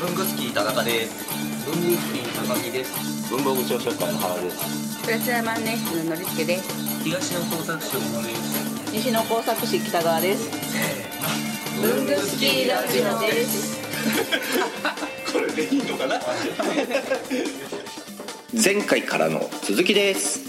文具好き田中です文具好き高木です文房具長紹介の原ですプラチナマンネ室ののりつけです。東の工作所のです西の工作士北川です。文具好きラジオです。前回からの続きです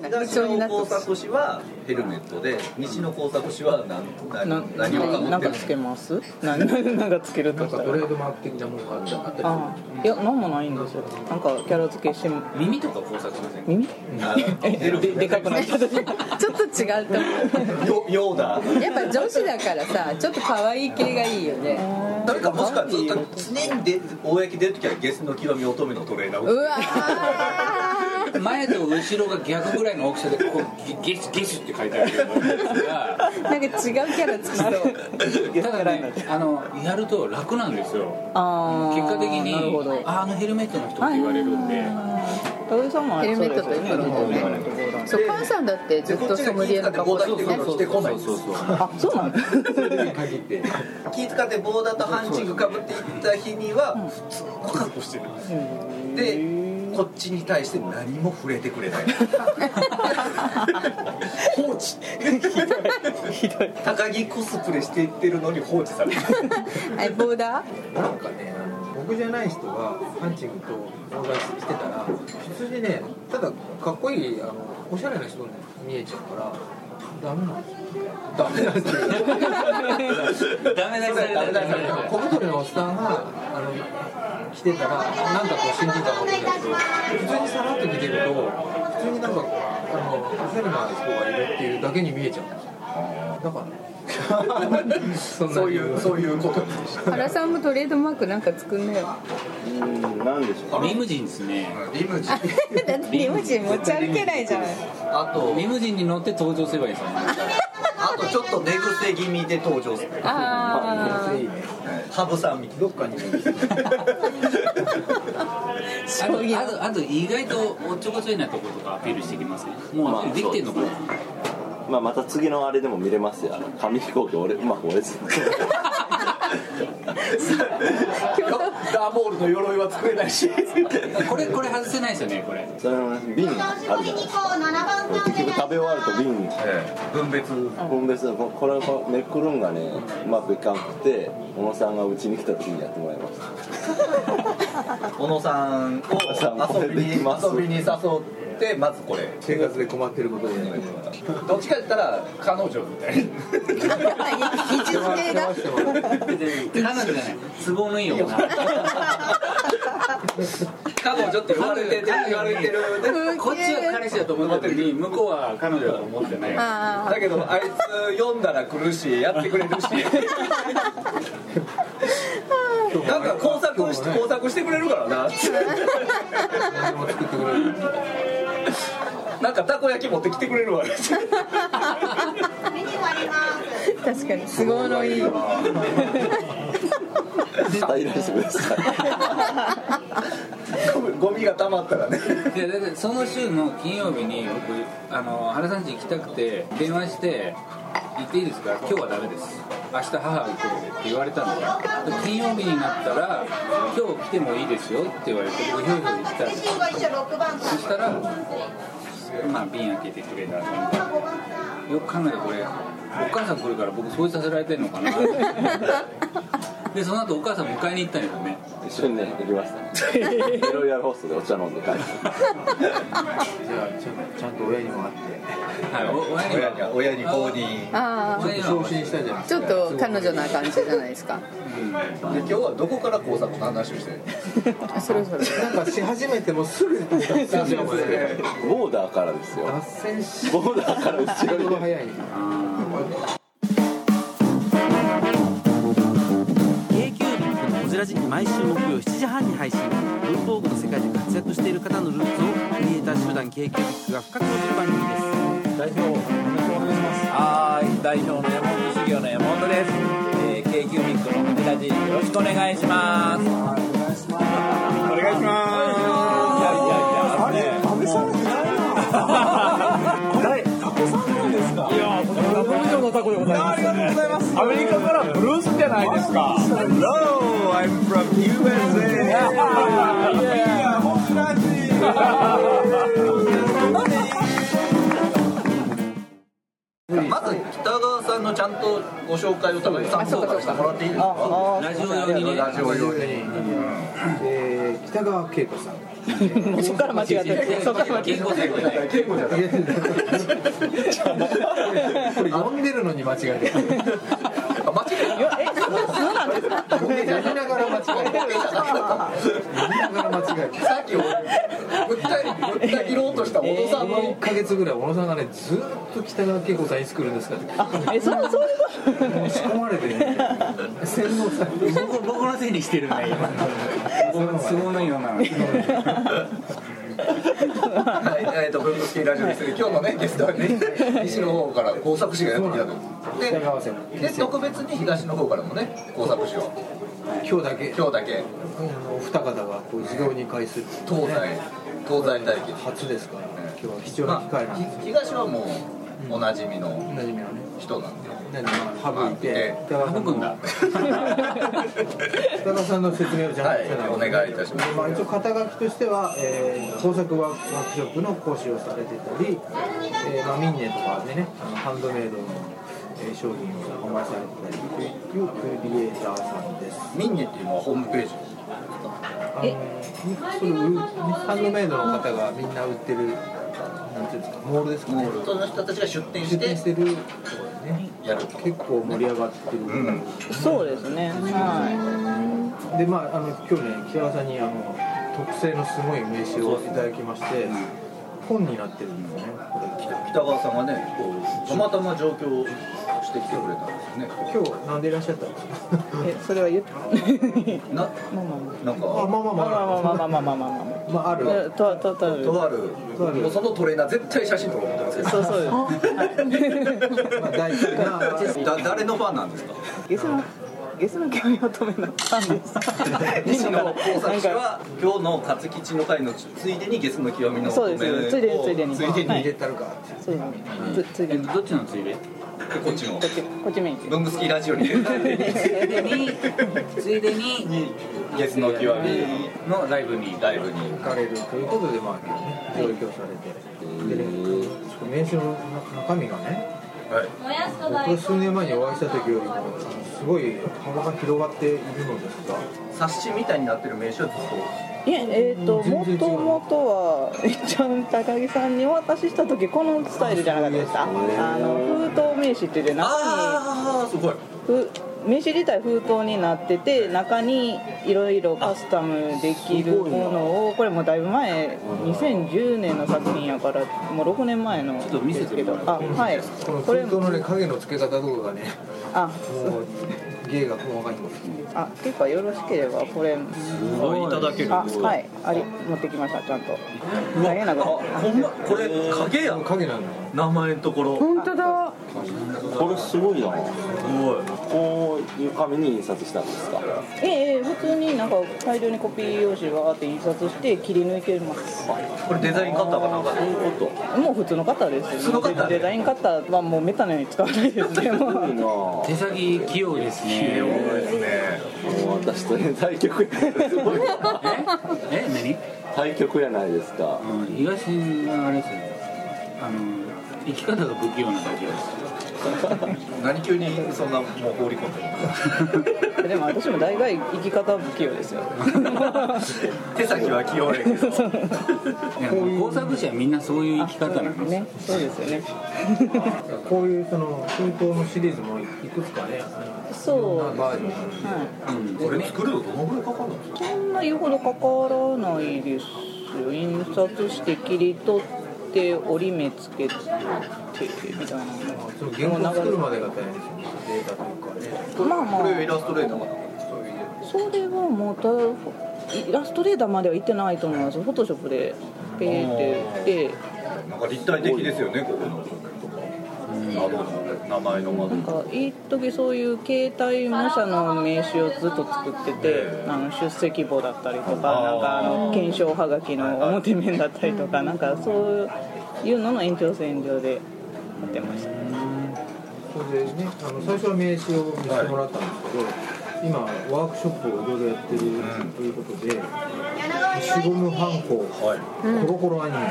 東の工作士はヘルメットで西の工作士は何何何をかぶなっんてかるつけます？何なんかつけるとしたトレら。ードマーク的なものがあったあったりああ、いやなんもないんですよ。なんかキャラ付けしても耳とか工作しません耳？あえ出るででかくなっちゃった。 ちょっと違うとよ思ヨーダう。やっぱ女子だからさ、ちょっと可愛い系がいいよね。誰かもしかずっと常に出公出る時はゲスの極み乙女のトレーナーうをわー。前と後ろが逆ぐらいの大きさでこうゲゲスゲスって書いてあるようなやつがなんか違うキャラつきそう。ただねあのやると楽なんですよああ。結果的になるほど。ああのヘルメットの人って言われるんで高木さんもあれそうですよね。ヘルメットということでねそう、母さんだってずっとソムリエの格好だよね。来てこないそうそうあ、そうなの。気使って棒だとハンチングかぶっていった日には普通の格好してるでこっちに対して何も触れてくれない 放 置高木コスプレしていってるのに放置されるえ、ボーダー。なんかね、あの僕じゃない人がハンチングとオーダーしてたら、普通にね、ただかっこいい、あのおしゃれな人に見えちゃうから、ダメなんですよ。ダメなんですよ。ダメ出しされたらダメ出しされ小太りのおっさんが、あの、着てたら、なんかこう信じたかわかんないけど、普通にさらっと着てると、普通になんか、あの、おしゃれな人がいるっていうだけに見えちゃうんですよ。だからね。そん なそういうそういうこと原さんもトレードマークなんか作んなよ。何でしょうたリムジンですねリムジンだってリムジン持ち歩けないじゃない。あとリムジンに乗って登場すればいいですよねあとちょっと寝癖気味で登場するあハブさんみたいどっかにあとあとあと意外とおっちょこちょいなとことかアピールしてきますねもうできてんのかな、まあまた次のあれでも見れますよあの紙飛行機俺うまく折れずあ。京都。ダーボールの鎧は作れないしこれこれ外せないですよねこれそれの瓶あるじゃないですか結局食べ終わると瓶分別分別のこれこれめくるんがねうまくいかんくて小野さんがうちに来た時にやってもらいました小野さん野さんこをれ遊びにできます遊びに誘ってまずこれ生活で困ってることじゃないですか。どっちか言ったら彼女みたいな位置づけが。彼女じゃない都合のいい女彼女って言われてる言われてるこっちは彼氏だと思ってるのに向こうは彼女だと思ってないあだけどあいつ読んだら来るしやってくれるしなんか工作して工作してくれるからな何でも作ってくれる。なんかたこ焼き持ってきてくれるわあ、確かに都合のいい。平らにしてくださいゴミが溜まったらねでだってその週の金曜日に僕あの原さん家行きたくて電話して「行っていいですか今日はダメです明日母が来るんで」って言われたので金曜日になったら「今日来てもいいですよ」って言われてごひょいひょい行ったらそしたらまあ瓶開けてくれたらよく考えたらこれお母さん来るから僕掃除させられてんのかなでその後お母さん迎えに行ったんです一緒よねにね行きま したエロリアルホストでお茶飲んで帰ってじゃあちゃんちゃんと親にも会ってはいお親に親はに親に公認あ親には昇進したじゃないあ。ちょっと彼女な感じじゃないですか。で今日はどこから工作の話をしてるあそろそろ。なんかし始めてもすぐ脱線しようボーダーからですよ脱線しボーダーから後ろるにのが早い毎週木曜7時半に配信文房具の世界で活躍している方のルーツをクリエイター集団 k q b i c が深く落ちる番組です代表お願いしますはい代表の山本修行の山本です、えー、k q ミックの藤田ジよろしくお願いしますお願いしますお願いしますいやいやいやあれ食べされてないなタコさんなんですかいやーこれのタコでございます、ね、ありがとうございますアメリカからブルースじゃないですかロー I'm from USA. まず北川さんのちゃんとご紹介を多分サポーターしてもらっていいですかあラジオ用にねラジオ用にえー北川景子さんあ、もうそっから間違ってる。そっから間違って健康成功ね景子じゃないこれ読んでるのに間違えてるあ間違える。え、そうそうなんですか。読みながら間違えてる 読みながら間違えてるたさっき俺ぶったりぶった切ろうとした小野さんの1か月ぐらい小野さんがねずっと北川景子さんいつ来るんですかってあ、え、そうそういうこと。仕込まれてね洗脳されて僕僕のせいにしてるんだよ今都合のいい女なのはいえーとブルースキーラジオですね今日のねゲストはね西の方から工作士がやってきたと北川さでんで特別に東の方からもね工作士を今日だけ今日だけあのお二方がこう授業に会する東西東西対決初ですから今日は貴重なま機会なんであ東はもうおなじみおのなじみのね人なんで何まあ省いてあ北川さん僕んのだ北川さんの説明をじゃはあいじゃあお願いいたしますまあ、一応肩書きとしては、えー工作ワークショップの講師をされてたり、えーまあ、ミンネとかでねあのハンドメイドの、えー商品を販売されてたりというクリエイターさんですミンニっていうのはホームページあのそれ売るハンドメイドの方がみんな売ってるなんていうんですかモールですかねその人たちが出店し出て店してるところでねやる結構盛り上がってる、うんそうですね。はでまああの今日ね北川さんにあの特製のすごい名刺をいただきまして、本になってるんですよねこれ北川さんがねこうたまたま上京してきてくれたんですよね今日なんでいらっしゃったんですかい。え、それは言っ。なまあまなんあかまあまあまああまあまあまあまあまあまあままああるあ。えと、と、と。とあるとあるもうそのトレーナー絶対写真撮ろうと思ってますそ うそうです。まあ大好き なけどだ誰のファンなんですかゲスのゲスの興味乙女のファンです。 西野耕作氏なんかは今日の勝吉の会のついでにゲスの極みのそうですお米をついでについでについでには入れい入れてたるかそうですね。つついでえにこどっちのついでこっちもっちこっちメイン。ブングスキーラジオに入れてついでについでにゲスの極みのライブにライブに行かれるということでまあね上京されてでねちょっと名刺の中身がねはい僕が数年前にお会いした時よりもあのすごい幅が広がっているのですが冊子みたいになってる名刺はずっいえ、えっと、全も然違うともとは、えっちゃん、高木さんにお渡しした時、このスタイルじゃなかったですか。あの、封筒名刺って言って、中に、ああすごいふ、名刺自体封筒になってて、中に。いろいろカスタムできるものを、これもうだいぶ前、2010年の作品やから、もう6年前の。ちょっと見せてもらあ、はい。このこれ封筒のね影の付け方とかがねあ、もう芸が細かいんですあ、結構よろしければ、これ。いただけるあ、はい、あり、持ってきました、ちゃんと。大変なあこほんまこれ影やよ影なのよ名前のところ本当だ。これすごいなすごいこういう紙に印刷したんですかええ、普通になんか大量にコピー用紙があって印刷して切り抜いてます。これデザインカッターかなんかでもう普通の方ですよ、ね。普通の方デザイン方はもうメタのように使わないですね。もういいなも手先器用ですねですねう私とね対局 やすごいえ何対局やないですかあの東はあれですよねあの生き方が不器用なだけです何急にそんなもう放り込んでるでも私も大概生き方不器用ですよ。手先は器用やけどいや工作者はみんなそういう生き方なんですよね。そうですよね。こういうその封筒のシリーズもいくつかねそうですね。バージョンがあるはこれ作るのどのぐらいかかるんですかい。そんな言うほどかからないですよ。印刷して切り取って折り目つけてみたいな。その原稿作るまでが大変ですよねデータというかねまあまあこれイラストレーターかなそれはもうたイラストレーターまでは行ってないと思いますフォトショップでペーってでなんか立体的ですよねここのとか窓の名前の窓なんか一時そういう携帯模写の名刺をずっと作っててあの出席簿だったりとかなんかあの検証はがきの表面だったりとかなんかそういうのの延長線上でやってましたそれでねあの最初は名刺を見せてもらったんですけど、今ワークショップをいろいろやってるということで、消しゴムハンコ、コロコロアニメ、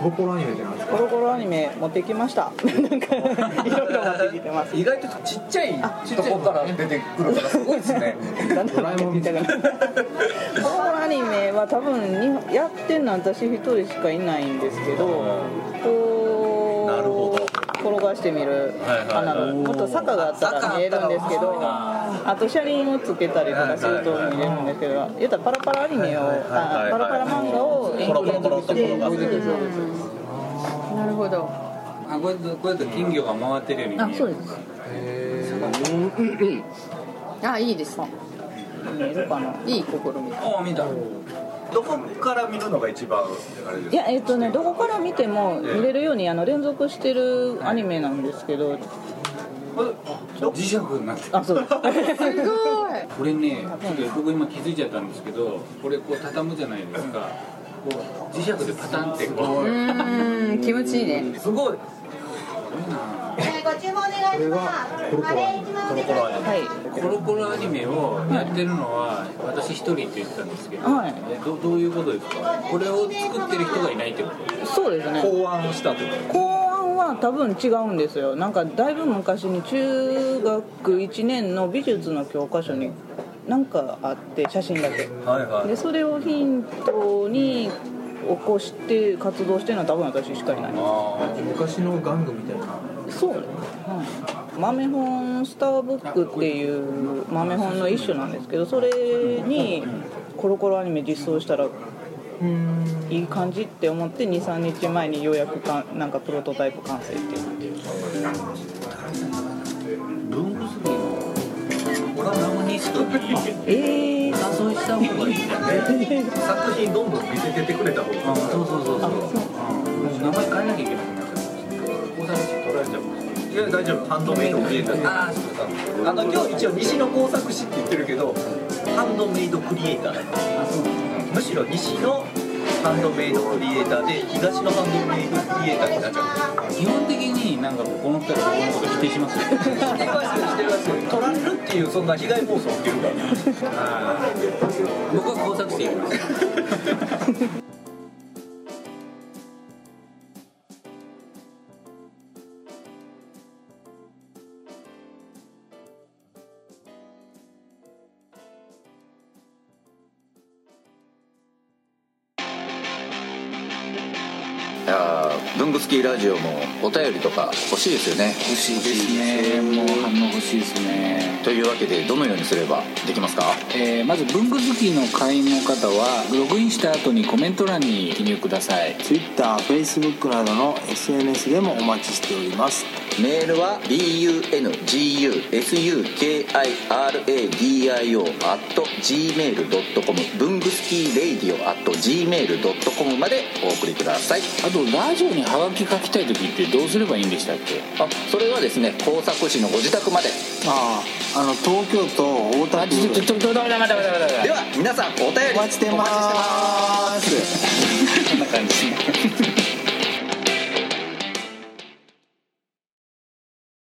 コロコロアニメじゃないですコかロコロアニメ持ってきました。 なんかいろいろ持ってきてます。意外とちっちゃいとこから出てくるからすごいですねドラえもんみたいなコロコロアニメは多分にやってんのは私一人しかいないんですけどこうなるほど転がしてみるはいはいあのもっと坂があったら見えるんですけどあと車輪をつけたりとかすると見れるんですけど言ったらパラパラアニメをあパラパラ漫画をエンクレードしてそうですそうですなるほどあこうやってこうやって金魚が回ってるように見えるあそうですあいいですね見えるかないい試みあ見たどこから見るのが一番あれですいやえっとねどこから見ても見れるようにあの連続してるアニメなんですけど磁石になってるあそうですすごいこれねちょっと僕今気づいちゃったんですけどこれこう畳むじゃないですかこう磁石でパタンってこううーん気持ちいいねすごいこれがコロコロアニメはいコロコロアニメをやってるのは私一人って言ってたんですけど、はいえどどういうことですかこれを作ってる人がいないってことそうですね考案をしたと公安は多分違うんですよなんかだいぶ昔に中学1年の美術の教科書になんかあって写真だけはいはでそれをヒントに起こして活動してるのは多分私しかいない昔の玩具みたいなそう、豆本スターブックっていう豆本の一種なんですけどそれにコロコロアニメ実装したらいい感じって思って23日前にようやくかんなんかプロトタイプ完成っていう文具好きの俺は何も認識とかいいけどええー、誘いした方がいいんだね作品どんどん見せててくれた方があそうそうそうそううん名前変えなきゃいけなくなっちゃう大阪市取られちゃうもんいや大丈夫ハンドメイドクリエイターああの今日一応西の工作士って言ってるけどハンドメイドクリエイターだむしろ西のハンドメイドクリエイターで東のハンドメイドクリエイターになっちゃう基本的になんかここの二人は僕のこと否定しますよ否定はしてるしてる取られるっていうそんな被害妄想を受けるから僕は工作していきますいやー文具スキーラジオもお便りとか欲しいですよね欲しいですねもう反応欲しいですねというわけでどのようにすればできますかえーまず文具好きの会員の方はログインした後にコメント欄に記入ください TwitterFacebook などの SNS でもお待ちしておりますメールは bungusukiradio.gmail.com 文具スキー radio.gmail.com までお送りくださいあとラジオにハガキ書きたい時ってどうすればいいんでしたっけあそれはですね工作士のご自宅まであああの東京都大田あ区ちょちょちょちょ待って待って待って待ってでは皆さんお便りお待ちしてますこんな感じ